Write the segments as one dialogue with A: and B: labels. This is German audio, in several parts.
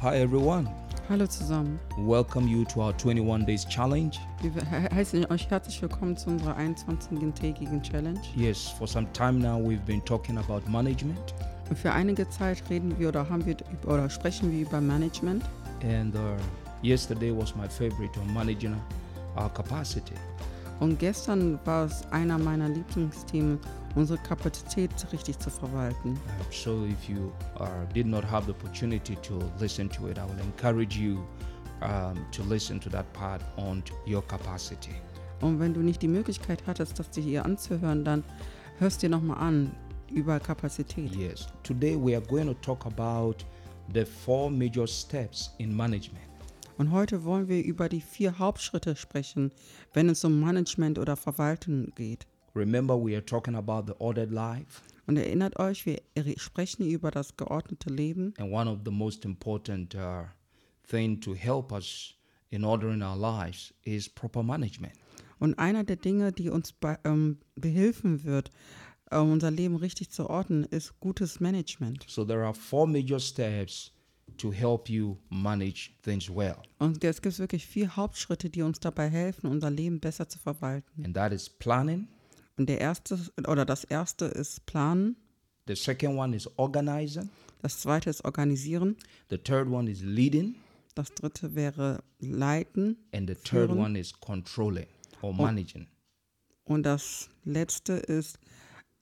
A: Hi everyone.
B: Hallo zusammen.
A: Welcome you to our 21 days challenge.
B: Wir he- heißen euch herzlich willkommen zu unserer 21-tägigen Challenge.
A: Yes, for some time now we've been talking about management
B: Und für einige Zeit reden wir oder haben wir über, oder sprechen wir über Management.
A: and uh, yesterday was my favorite on managing our capacity.
B: Und gestern war es einer meiner Lieblingsthemen, unsere Kapazität richtig zu verwalten.
A: Uh, so if you uh, did not have the opportunity to listen to it, I will encourage you um, to listen to that part on your capacity.
B: Und wenn du nicht die Möglichkeit hattest, das dir hier anzuhören, dann hörst dir nochmal an über Kapazität.
A: Yes. Today we are going to talk about the four major steps in management.
B: Und heute wollen wir über die vier Hauptschritte sprechen, wenn es um Management oder Verwalten geht.
A: Remember, we are talking about the ordered life.
B: Und erinnert euch, wir re- sprechen über das geordnete Leben.
A: And one of the most important uh, thing to help us in ordering our lives is proper management.
B: Und einer der Dinge, die uns bei, ähm, behilfen wird, äh, unser Leben richtig zu ordnen, ist gutes Management.
A: So there are four major steps to help you manage things well.
B: Und es gibt wirklich vier Hauptschritte, die uns dabei helfen, unser Leben besser zu verwalten.
A: And that is planning.
B: Und der erste oder das erste ist planen,
A: The second one is organizing.
B: das zweite ist organisieren,
A: The third one is leading.
B: das dritte wäre leiten
A: And the third
B: Führen.
A: one is controlling or managing.
B: und das letzte ist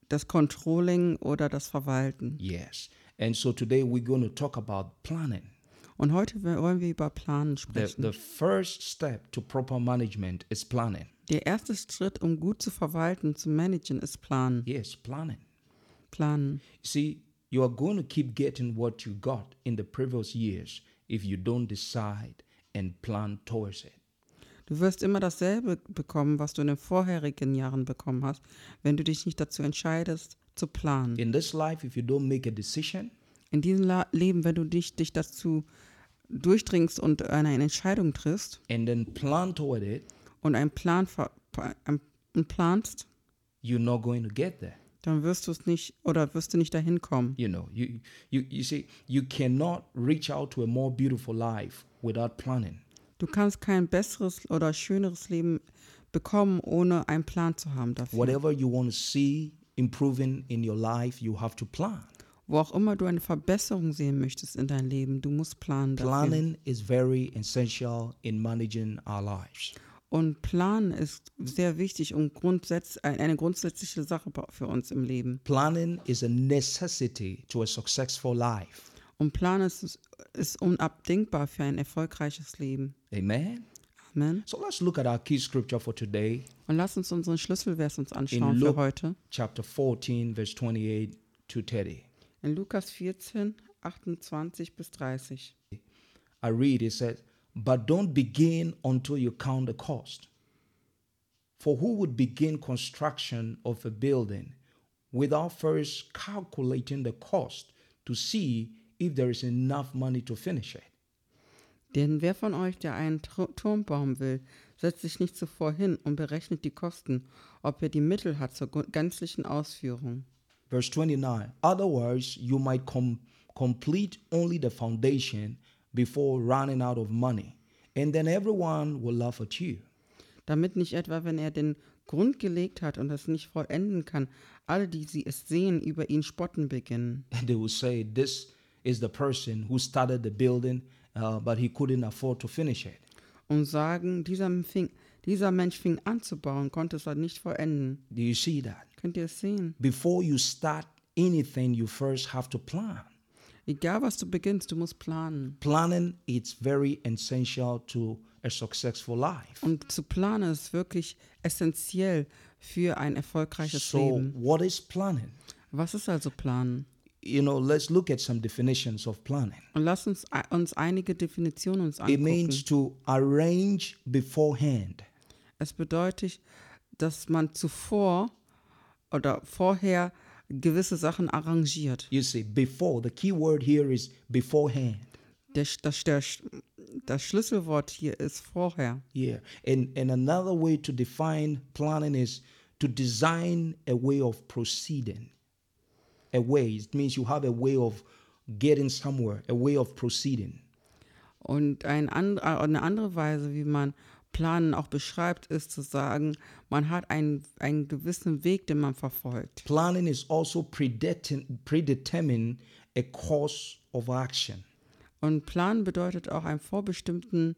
B: das Controlling oder das Verwalten.
A: Yes. And so today we're going to talk about planning.
B: Und heute w- wollen wir über Planen
A: The,
B: sprechen.
A: the first step to proper management is planning.
B: Der erste Schritt, um gut zu verwalten, zu managen, ist planen.
A: Yes, planning.
B: Planen.
A: See, you are going to keep getting what you got in the previous years if you don't decide and plan towards it.
B: Du wirst immer dasselbe bekommen, was du in den vorherigen Jahren bekommen hast, wenn du dich nicht dazu entscheidest, zu planen.
A: In this life, if you don't make a decision,
B: In diesem La Leben, wenn du dich, dich dazu durchdringst und eine Entscheidung triffst
A: and then plan toward it,
B: und einen Plan ver pa- ähm, und planst,
A: you're not going to get there.
B: dann wirst du es nicht oder wirst du nicht dahin kommen.
A: You know, you you you see, you cannot reach out to a more beautiful life without planning.
B: Du kannst kein besseres oder schöneres Leben bekommen, ohne einen Plan zu haben dafür.
A: Whatever you want to see improving in your life, you have to plan.
B: Wo auch immer du eine Verbesserung sehen möchtest in deinem Leben, du musst planen. Dafür.
A: Planning is very essential in managing our lives.
B: Und planen ist sehr wichtig und grundsätz ein- eine grundsätzliche Sache ba- für uns im Leben.
A: Planning is a necessity to a successful life.
B: Und planen ist, ist unabdingbar für ein erfolgreiches Leben.
A: Amen.
B: Amen.
A: So let's look at our key scripture for today,
B: Und lass uns unseren Schlüsselvers uns anschauen
A: Lu-
B: für heute.
A: chapter 14, verse 28 to 30.
B: In Lukas 14, 28 bis 30.
A: I read it says, But don't begin until you count the cost. For who would begin construction of a building without first calculating the cost to see if there is enough money to finish it?
B: Denn wer von euch, der einen Tr- Turm bauen will, setzt sich nicht zuvor hin und berechnet die Kosten, ob er die Mittel hat zur gu- gänzlichen Ausführung.
A: Verse 29 Otherwise, you might com- complete only the foundation before running out of money, and then everyone will laugh at you.
B: damit nicht etwa, wenn er den Grund gelegt hat und es nicht vollenden kann, alle, die sie es sehen, über ihn spotten beginnen.
A: And they will say, This is the person who started the building, uh, but he couldn't afford to finish it.
B: Und sagen, dieser, fing, dieser Mensch fing an zu bauen, konnte es aber nicht vollenden.
A: Do you see that?
B: Könnt ihr es sehen?
A: Before you start anything, you first have to plan.
B: Egal, was du beginnst, du musst planen.
A: Planning is very essential to a successful life.
B: Und zu planen ist wirklich essentiell für ein erfolgreiches
A: So,
B: Leben.
A: what is planning?
B: Was ist also planen?
A: You know, let's look at some definitions of planning.
B: Und lass uns, äh, uns einige Definitionen uns
A: It
B: angucken.
A: means to arrange beforehand.
B: Es bedeutet, dass man zuvor oder vorher gewisse Sachen arrangiert.
A: You see, before. The key word here is beforehand.
B: Der, Sch- das, der, Sch- das Schlüsselwort hier ist vorher.
A: Yeah. And and another way to define planning is to design a way of proceeding. A way. It means you have a way of getting somewhere, a way of proceeding.
B: Und ein and, äh, eine andere Weise, wie man Planen auch beschreibt, ist zu sagen, man hat einen, einen gewissen Weg, den man verfolgt.
A: Planning is also predetin- predetermine a course of action.
B: Und planen bedeutet auch, einem vorbestimmten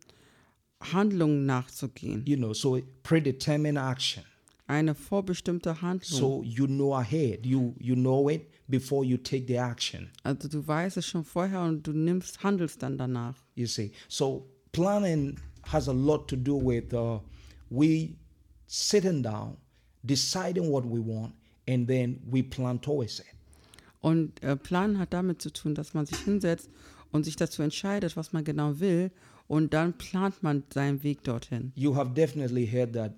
B: Handlung nachzugehen.
A: You know, so predetermined action.
B: Eine vorbestimmte Handlung.
A: So you know ahead. You you know it before you take the action.
B: Also du weißt es schon vorher und du nimmst, handelst dann danach.
A: You see. So planning has a lot to do with uh, we sitting down, deciding what we want, and then we plan towards it.
B: Und äh, Planen hat damit zu tun, dass man sich hinsetzt und sich dazu entscheidet, was man genau will. Und dann plant man seinen Weg dorthin.
A: You have definitely heard that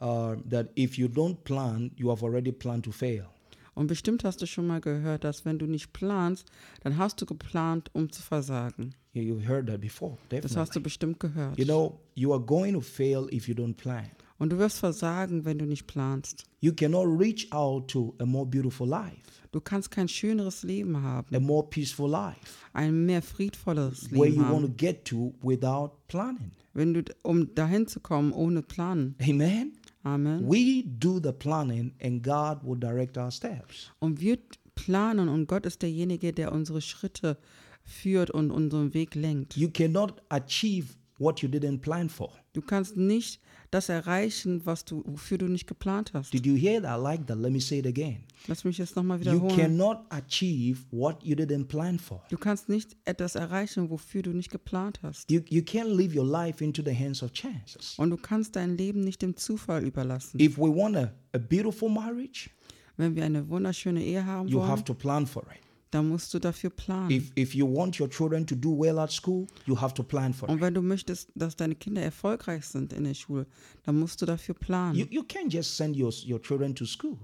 A: uh, that if you don't plan, you have already planned to fail.
B: Und bestimmt hast du schon mal gehört, dass wenn du nicht planst, dann hast du geplant, um zu versagen.
A: You- You've heard that before.
B: Das
A: Definitely.
B: hast du bestimmt gehört.
A: You know, you are going to fail if you don't plan.
B: Und du wirst versagen, wenn du nicht planst.
A: You cannot reach out to a more beautiful life,
B: Du kannst kein schöneres Leben haben,
A: a more peaceful life,
B: ein mehr friedvolleres
A: where you
B: Leben
A: want to
B: haben,
A: get to without planning.
B: wenn du, um dahin zu kommen, ohne planen.
A: Amen.
B: Amen.
A: We do the planning and God will direct our steps.
B: Und wir planen und Gott ist derjenige, der unsere Schritte führt und unseren Weg lenkt.
A: You cannot achieve what you didn't plan for.
B: Du kannst nicht das erreichen, was du, wofür du nicht geplant hast.
A: Did you hear that? I like that. Let me say it again.
B: Lass mich jetzt nochmal
A: You
B: wiederholen.
A: cannot achieve what you didn't plan for.
B: Du kannst nicht etwas erreichen, wofür du nicht geplant hast.
A: You, you can't live your life into the hands of chances.
B: Und du kannst dein Leben nicht dem Zufall überlassen.
A: If we want a, a beautiful marriage,
B: Wenn wir eine wunderschöne Ehe haben
A: you
B: wollen,
A: have to plan for it.
B: dann musst du dafür planen.
A: If if you want your children to do well at school, you have to plan for it.
B: Und wenn du möchtest, dass deine Kinder erfolgreich sind in der Schule, dann musst du dafür
A: You,
B: planen.
A: you can't just send your your children to school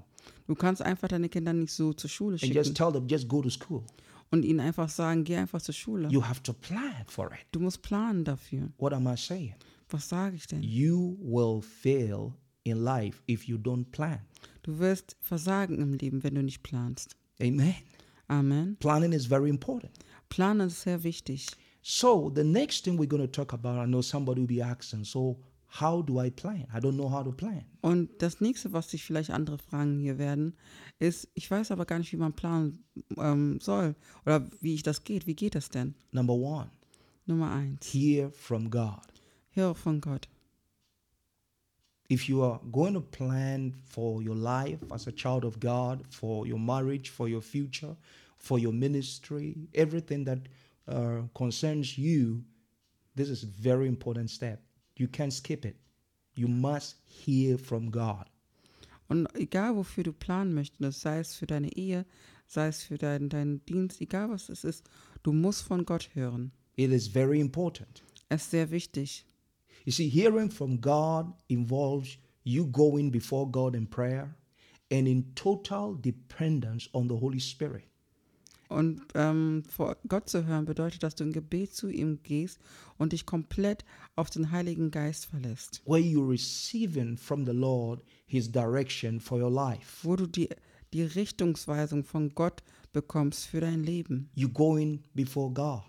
B: Du kannst einfach deine Kinder nicht so zur Schule
A: and
B: schicken
A: just tell them just go to school.
B: und ihnen einfach sagen, geh einfach zur Schule.
A: You have to plan for it.
B: Du musst planen dafür.
A: What am I saying?
B: Was sage ich
A: Mhm.
B: denn?
A: You will fail in life if you don't plan.
B: Du wirst versagen im Leben, wenn du nicht planst.
A: Amen.
B: Amen.
A: Planning is very important.
B: Planen ist sehr wichtig.
A: So the next thing we're going to talk about, I know somebody will be asking, so how do I plan? I don't know how to plan.
B: Und das nächste, was sich vielleicht andere fragen hier werden, ist, ich weiß aber gar nicht, wie man planen ähm, soll oder wie ich das geht. Wie geht das denn?
A: Number one,
B: Nummer eins,
A: hear from God.
B: höre von Gott.
A: if you are going to plan for your life as a child of God, for your marriage, for your future, for your ministry, everything that uh, concerns you, this is a very important step. You can't skip it. You must hear from God.
B: Und egal, wofür du planen möchtest, sei es für deine Ehe, sei es für deinen, deinen Dienst, egal was es ist, du musst von Gott hören.
A: It is very important.
B: Es ist sehr wichtig.
A: You see, hearing from God involves you going before God in prayer and in total dependence on the Holy Spirit.
B: Und ähm, vor Gott zu hören bedeutet, dass du im Gebet zu ihm gehst und dich komplett auf den Heiligen Geist verlässt,
A: where you're receiving from the Lord His direction for your life.
B: wo du die, die Richtungsweisung von Gott bekommst für dein Leben.
A: You're going before God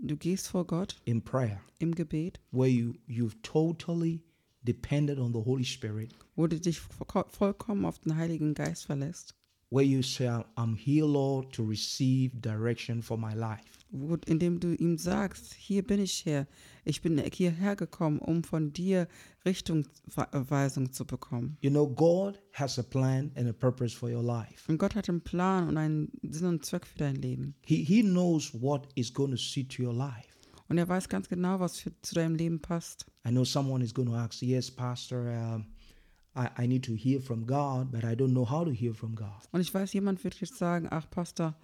B: Du gehst vor Gott
A: in prayer,
B: im Gebet,
A: where you, you've totally depended on the Holy Spirit,
B: wo du dich vo- vollkommen auf den Heiligen Geist verlässt,
A: where you say, I'm here, Lord, to receive direction for my life.
B: wo, indem du ihm sagst, hier bin ich her, ich bin hierher gekommen, um von dir Richtungsweisung zu bekommen.
A: You know, God has a plan and a purpose for your life.
B: Und Gott hat einen Plan und einen Sinn und Zweck für dein Leben.
A: He, he knows what is going to suit your life.
B: Und er weiß ganz genau, was für, zu deinem Leben passt.
A: I know someone is going to ask, Yes, Pastor, um, I, I need to hear from God, but I don't know how to hear from God.
B: Und ich weiß, jemand wird jetzt sagen, ach Pastor,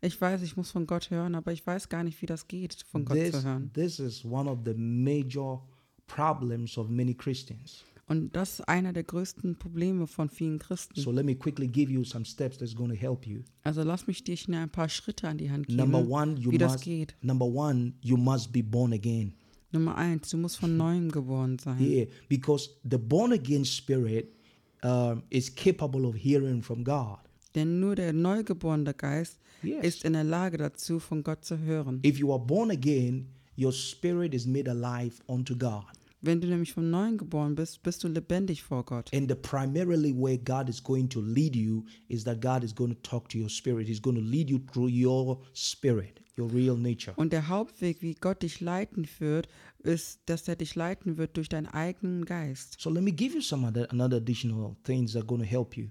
B: ich weiß, ich muss von Gott hören, aber ich weiß gar nicht, wie das geht, von Gott zu
A: this,
B: hören.
A: this is one of the major problems of many Christians.
B: Und das ist einer der größten Probleme von vielen Christen.
A: So let me quickly give you some steps that's going to help you.
B: also lass mich dir schnell ein paar Schritte an die Hand geben,
A: Number one, you
B: wie das
A: must
B: geht.
A: number one, you must be born again.
B: Nummer eins, du musst von neuem geboren sein.
A: Yeah, because the born again spirit um, is capable of hearing from God.
B: Denn nur der neugeborene Geist
A: Yes.
B: ist in der Lage dazu, von Gott zu hören.
A: If you are born again, your spirit is made alive unto God.
B: Wenn du nämlich vom Neuen geboren bist, bist du lebendig vor Gott.
A: And the primarily way God is going to lead you is that God is going to talk to your spirit. He's going to lead you through your spirit, your real nature.
B: Und der Hauptweg, wie Gott dich leiten wird, ist, dass er dich leiten wird durch deinen eigenen Geist.
A: So let me give you some other another additional things that are going to help you.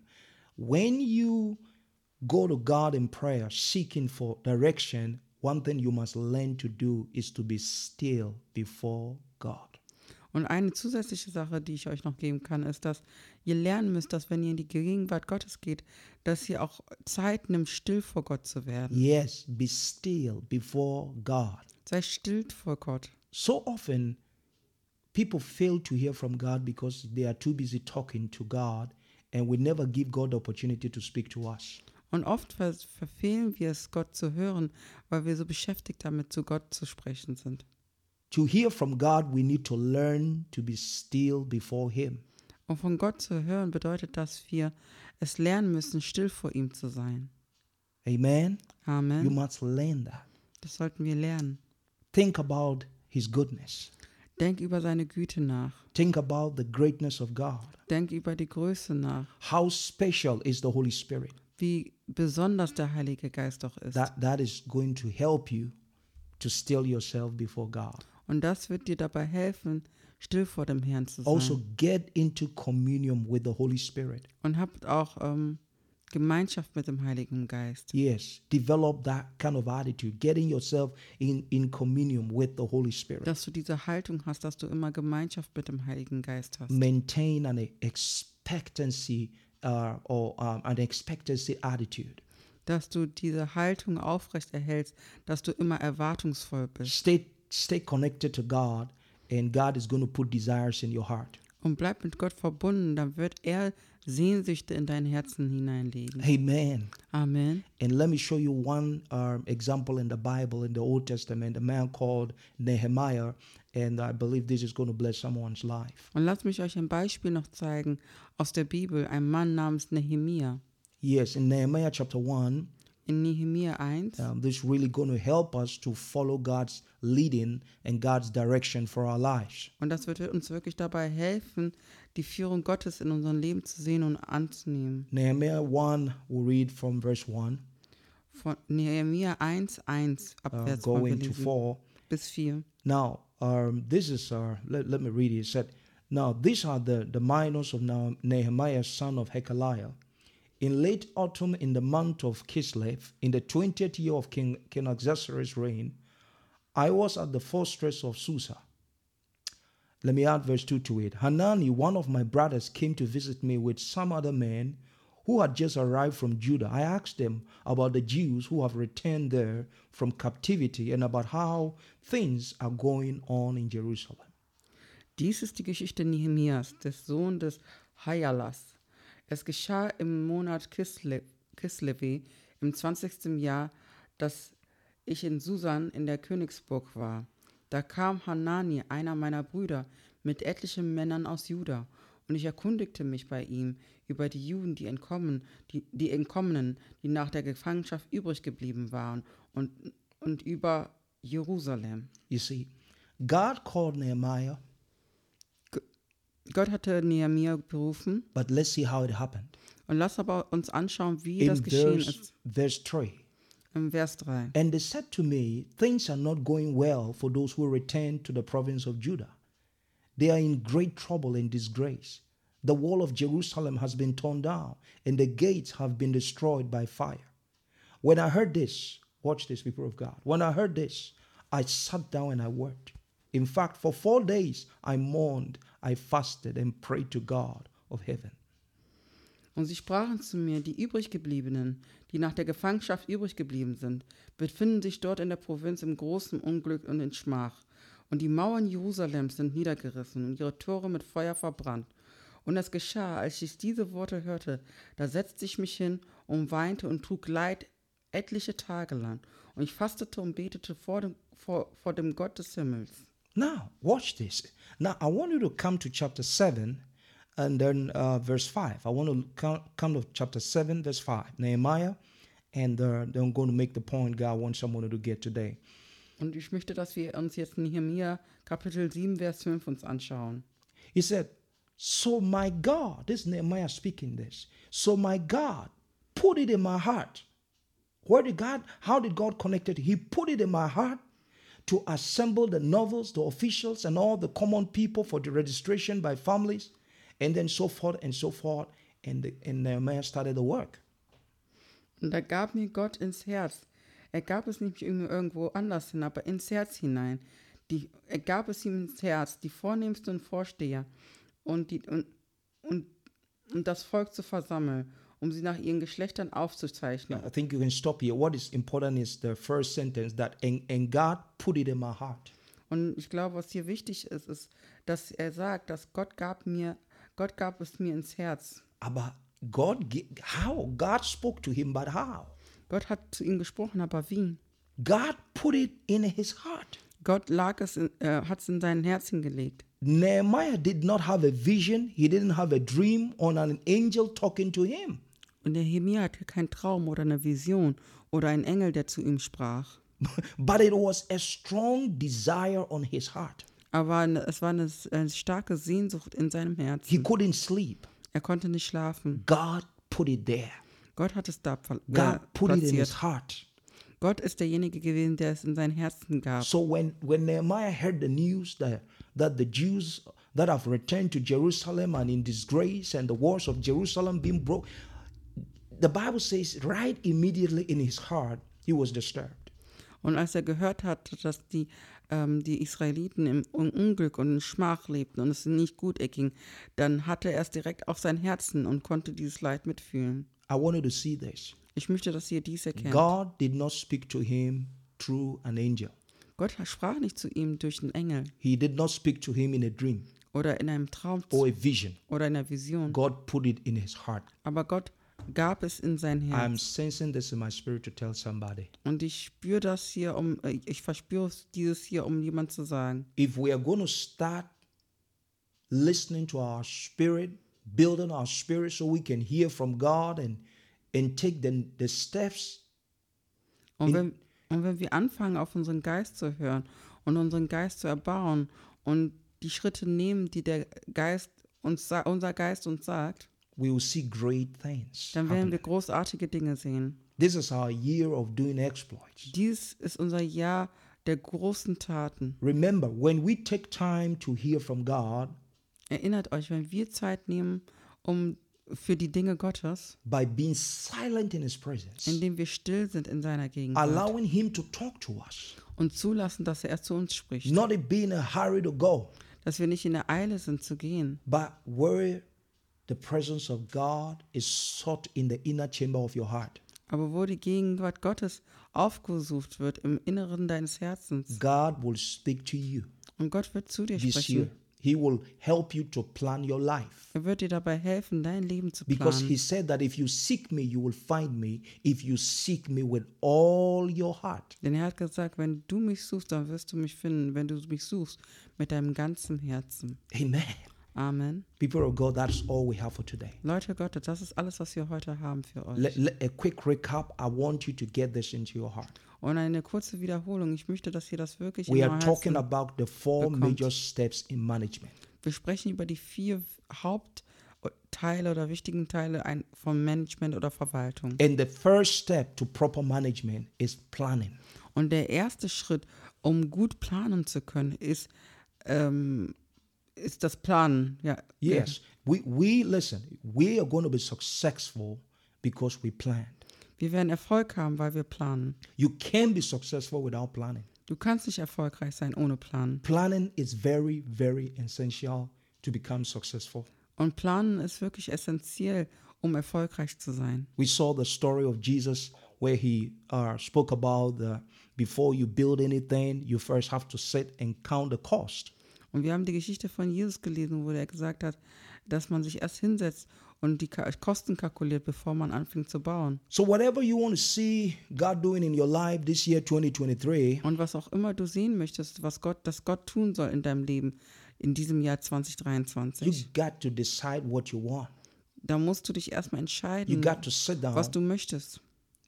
A: When you go to God in prayer seeking for direction, one thing you must learn to do is to be still before God.
B: Und eine zusätzliche Sache, die ich euch noch geben kann, ist, dass ihr lernen müsst, dass wenn ihr in die Gegenwart Gottes geht, dass ihr auch Zeit nimmt, still vor Gott zu werden.
A: Yes, be still before God.
B: Sei still vor Gott.
A: So often people fail to hear from God because they are too busy talking to God and we never give God the opportunity to speak to us.
B: Und oft ver verfehlen wir es, Gott zu hören, weil wir so beschäftigt damit, zu Gott zu sprechen sind.
A: To hear from God, we need to learn to be still before Him.
B: Und von Gott zu hören bedeutet, dass wir es lernen müssen, still vor ihm zu sein.
A: Amen. You
B: Amen.
A: must learn that.
B: Das sollten wir lernen.
A: Think about His goodness.
B: Denk über seine Güte nach.
A: Think about the greatness of God.
B: Denk über die Größe nach,
A: How special is the Holy Spirit?
B: wie besonders der Heilige Geist doch ist.
A: That, that is going to help you to still yourself before God.
B: Und das wird dir dabei helfen, still vor dem Herrn zu sein.
A: Also, get into communion with the Holy Spirit.
B: Und habt auch ähm, Gemeinschaft mit dem Heiligen Geist.
A: Yes, develop that kind of attitude, getting yourself in, in communion with the Holy Spirit.
B: Dass du diese Haltung hast, dass du immer Gemeinschaft mit dem Heiligen Geist hast.
A: maintain an expectancy uh, or um, an expectancy attitude.
B: Dass du diese Haltung aufrecht erhältst, dass du immer erwartungsvoll bist.
A: Stay stay connected to God, and God is going to put desires in your heart.
B: Und bleib mit Gott verbunden, dann wird er Sehnsüchte in dein Herzen hineinlegen.
A: Amen.
B: Amen.
A: And let me show you one um, example in the Bible, in the Old Testament, a man called Nehemiah, and I believe this is going to bless someone's life.
B: Und lasst mich euch ein Beispiel noch zeigen aus der Bibel, ein Mann namens Nehemia.
A: Yes, in Nehemiah chapter one,
B: In Nehemia 1
A: um, this is really going to help us to follow God's leading and God's direction for our lives.
B: Und das wird uns wirklich dabei helfen, die Führung Gottes in unserem Leben zu sehen und anzunehmen.
A: Nehemiah 1, we read from verse 1.
B: Von Nehemia 1, 1,
A: uh,
B: abwärts wollen wir
A: going to
B: lesen,
A: fall.
B: bis 4.
A: Now, um, this is, uh, let, let me read it. It said, Now, these are the, the minors of Na- Nehemiah, son of Hekeliah. In late autumn, in the month of Kislev, in the 20th year of King, King Ahasuerus' reign, I was at the fortress of Susa. Let me add verse 2 to it. Hanani, one of my brothers, came to visit me with some other men who had just arrived from Judah. I asked them about the Jews who have returned there from captivity and about how things are going on in Jerusalem.
B: Dies ist die Geschichte Nehemias, des Sohn des Hayalas. Es geschah im Monat Kisle Kislewe im 20. Jahr, dass ich in Susan in der Königsburg war. Da kam Hanani, einer meiner Brüder, mit etlichen Männern aus Juda, und ich erkundigte mich bei ihm über die Juden, die entkommen, die, die Entkommenen, die nach der Gefangenschaft übrig geblieben waren, und, und über Jerusalem.
A: You see, God called Nehemiah,
B: Gott hatte Nehemia berufen,
A: but let's see how it happened.
B: Und lass aber uns anschauen, wie
A: In
B: das geschehen
A: verse,
B: ist.
A: verse 3.
B: Im Vers 3.
A: And they said to me, Things are not going well for those who return to the province of Judah. They are in great trouble and disgrace. The wall of Jerusalem has been torn down, and the gates have been destroyed by fire. When I heard this, watch this, people of God. When I heard this, I sat down and I wept. In fact, for four days I mourned, I fasted, and prayed to God of heaven.
B: Und sie sprachen zu mir, die übriggebliebenen, die nach der Gefangenschaft übrig geblieben sind, befinden sich dort in der Provinz im großen Unglück und in Schmach. Und die Mauern Jerusalems sind niedergerissen und ihre Tore mit Feuer verbrannt. Und es geschah, als ich diese Worte hörte, da setzte ich mich hin und weinte und trug Leid etliche Tage lang. Und ich fastete und betete vor dem, vor, vor dem Gott des Himmels.
A: Now, watch this. Now, I want you to come to chapter 7 and then uh, verse 5. I want to come, come to chapter 7, verse 5, Nehemiah, and uh, then I'm going to make the point God wants someone to get today.
B: Und ich möchte, dass wir uns jetzt Nehemiah Kapitel 7, Vers 5 uns anschauen.
A: He said, So my God, this is Nehemiah speaking this. So my God put it in my heart. Where did God, how did God connect it? He put it in my heart to assemble the nobles, the officials, and all the common people for the registration by families, and then so forth and so forth. And, the, and Nehemiah started the work.
B: Und da gab mir Gott ins Herz. Er gab es nicht irgendwo- irgendwo anders hin, aber ins Herz hinein. Die, er gab es ihm ins Herz, die vornehmsten Vorsteher und, die, und, und, und das Volk zu versammeln, um sie nach ihren Geschlechtern aufzuzeichnen.
A: I think you can stop here. What is important is the first sentence that, and, and God put it in my heart.
B: Und ich glaube, was hier wichtig ist, ist, dass er sagt, dass Gott gab mir, Gott gab es mir ins Herz.
A: About God, gi- how? God spoke to him, but how?
B: Gott hat zu ihm gesprochen, aber wie?
A: God put it in his heart.
B: Gott lag es, in, äh, hat es in sein Herz hingelegt.
A: Nehemiah did not have a vision, he didn't have a dream on an angel talking to him.
B: Und Nehemiah hatte keinen Traum oder eine Vision oder einen Engel, der zu ihm sprach.
A: But it was a strong desire on his heart.
B: Aber eine- es war eine, s- eine starke Sehnsucht in seinem Herzen.
A: He couldn't sleep.
B: Er konnte nicht schlafen.
A: God put it there.
B: Gott hat es da pla-
A: God
B: äh,
A: put it in his
B: platziert.
A: heart.
B: Gott ist derjenige gewesen, der es in sein Herzen gab.
A: So when, when Nehemiah heard the news that, that the Jews that have returned to Jerusalem and in disgrace and the walls of Jerusalem being broke, the Bible says right immediately in his heart, he was disturbed.
B: Und als er gehört hat, dass die, ähm, die Israeliten im Un- Unglück und in Schmach lebten und es ihnen nicht gut erging, dann hatte er es direkt auf sein Herzen und konnte dieses Leid mitfühlen.
A: I wanted to see this.
B: Ich möchte, dass ihr dies erkennt.
A: God did not speak to him through an angel.
B: Gott sprach nicht zu ihm durch einen Engel
A: He did not speak to him in a dream
B: oder in einem Traum
A: or a vision.
B: oder in einer Vision,
A: God put it in his heart.
B: aber Gott gab es in sein Herz.
A: I'm sensing this in my spirit to tell somebody.
B: Und ich spüre das hier, um, äh, ich verspüre dieses hier, um jemand zu sagen.
A: If we are going to start listening to our spirit, building our spirit so we can hear from God and and take the, the steps,
B: Und wenn, und wenn wir anfangen, auf unseren Geist zu hören und unseren Geist zu erbauen und die Schritte nehmen, die der Geist uns sa- unser Geist uns sagt,
A: we will see great things.
B: dann
A: happen.
B: werden wir großartige Dinge sehen.
A: This is our year of doing exploits.
B: Dies ist unser Jahr der großen Taten.
A: Remember, when we take time to hear from God
B: Erinnert euch, wenn wir Zeit nehmen, um für die Dinge Gottes,
A: by being silent in His presence,
B: indem wir still sind in seiner Gegenwart
A: allowing Him to talk to us,
B: und zulassen, dass er zu uns spricht,
A: not it being a hurry to go,
B: dass wir nicht in der Eile sind zu gehen,
A: but where the presence of God is sought in the inner chamber of your heart.
B: Aber wo die Gegenwart Gottes aufgesucht wird im Inneren deines Herzens.
A: God will speak to you
B: Und Gott wird zu dir
A: this year.
B: sprechen.
A: He will help you to plan your life.
B: Er wird dir dabei helfen, dein Leben zu
A: Because
B: planen.
A: he said that if you seek me, you will find me. If you seek me with all your heart,
B: Denn er hat gesagt, wenn du mich suchst, dann wirst du mich finden, wenn du mich suchst, mit deinem ganzen Herzen.
A: amen.
B: Amen.
A: People of God, that's all we have for today.
B: Leute Gottes, das ist alles, was wir heute haben für euch.
A: Let, let- a quick recap. I want you to get this into your heart.
B: Und eine kurze Wiederholung. Ich möchte, dass ihr das wirklich in
A: We are
B: euer
A: talking
B: Herzen...
A: about the four
B: bekommt.
A: major steps in management.
B: Wir sprechen über die vier Hauptteile oder wichtigen Teile ein- von Management oder Verwaltung.
A: And the first step to proper management is planning.
B: Und der erste Schritt, um gut planen zu können, ist, ähm, ist das Planen. Ja.
A: Yes, we, we listen, we are going to be successful because we planned.
B: Wir werden Erfolg haben, weil wir planen.
A: You can be successful without planning.
B: Du kannst nicht erfolgreich sein ohne Planen.
A: Planning is very, very essential to become successful.
B: Und Planen ist wirklich essentiell, um erfolgreich zu sein.
A: We saw the story of Jesus where he uh, spoke about the, before you build anything, you first have to sit and count the cost.
B: Und wir haben die Geschichte von Jesus gelesen, wo er gesagt hat, dass man sich erst hinsetzt und die Ka- Kosten kalkuliert, bevor man anfängt zu bauen.
A: So, whatever you want to see God doing in your life this year, 2023,
B: Und was auch immer du sehen möchtest, was Gott, das Gott tun soll in deinem Leben in diesem Jahr 2023.
A: you got to decide what you want.
B: Da musst du dich erstmal
A: You
B: entscheiden,
A: got to sit down.
B: was du möchtest.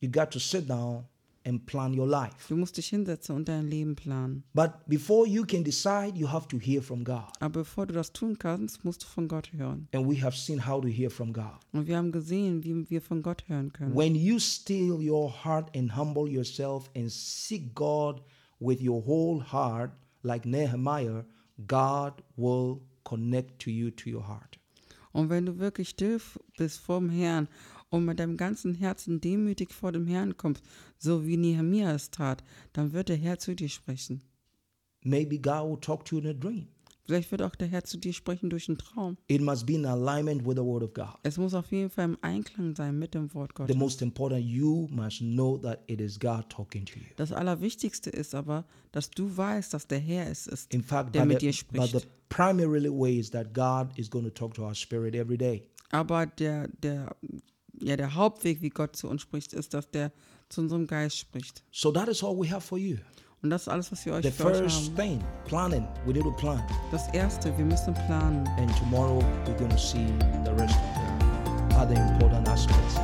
A: You got to sit down and plan your life.
B: Du musst dich hinsetzen und dein Leben planen.
A: But before you can decide, you have to hear from God.
B: Aber bevor du das tun kannst, musst du von Gott hören.
A: And we have seen how to hear from God.
B: Und wir haben gesehen, wie wir von Gott hören können.
A: When you still your heart and humble yourself and seek God with your whole heart, like Nehemiah, God will connect to you to your heart.
B: Und wenn du wirklich still f- bist vor dem Herrn und mit deinem ganzen Herzen demütig vor dem Herrn kommst, so wie Nehemia es tat, dann wird der Herr zu dir sprechen.
A: Maybe God will talk to you in a dream.
B: Vielleicht wird auch der Herr zu dir sprechen durch einen Traum.
A: It must be in alignment with the Word of God.
B: Es muss auf jeden Fall im Einklang sein mit dem Wort
A: The
B: Gottes.
A: most important, you must know that it is God talking to you.
B: Das Allerwichtigste ist aber, dass du weißt, dass der Herr es ist,
A: In fact,
B: der
A: but
B: mit dir
A: the, but the
B: spricht.
A: primary way is that God is going to talk to our spirit every day.
B: Aber der, der, ja, der Hauptweg, wie Gott zu uns spricht, ist, dass der zu unserem Geist spricht.
A: So that is all we have for you.
B: Und das ist alles, was wir euch
A: The
B: für euch
A: first
B: haben.
A: thing, planning, we need to plan.
B: Das Erste, wir müssen planen.
A: And tomorrow we're going to see the rest of the other important aspects.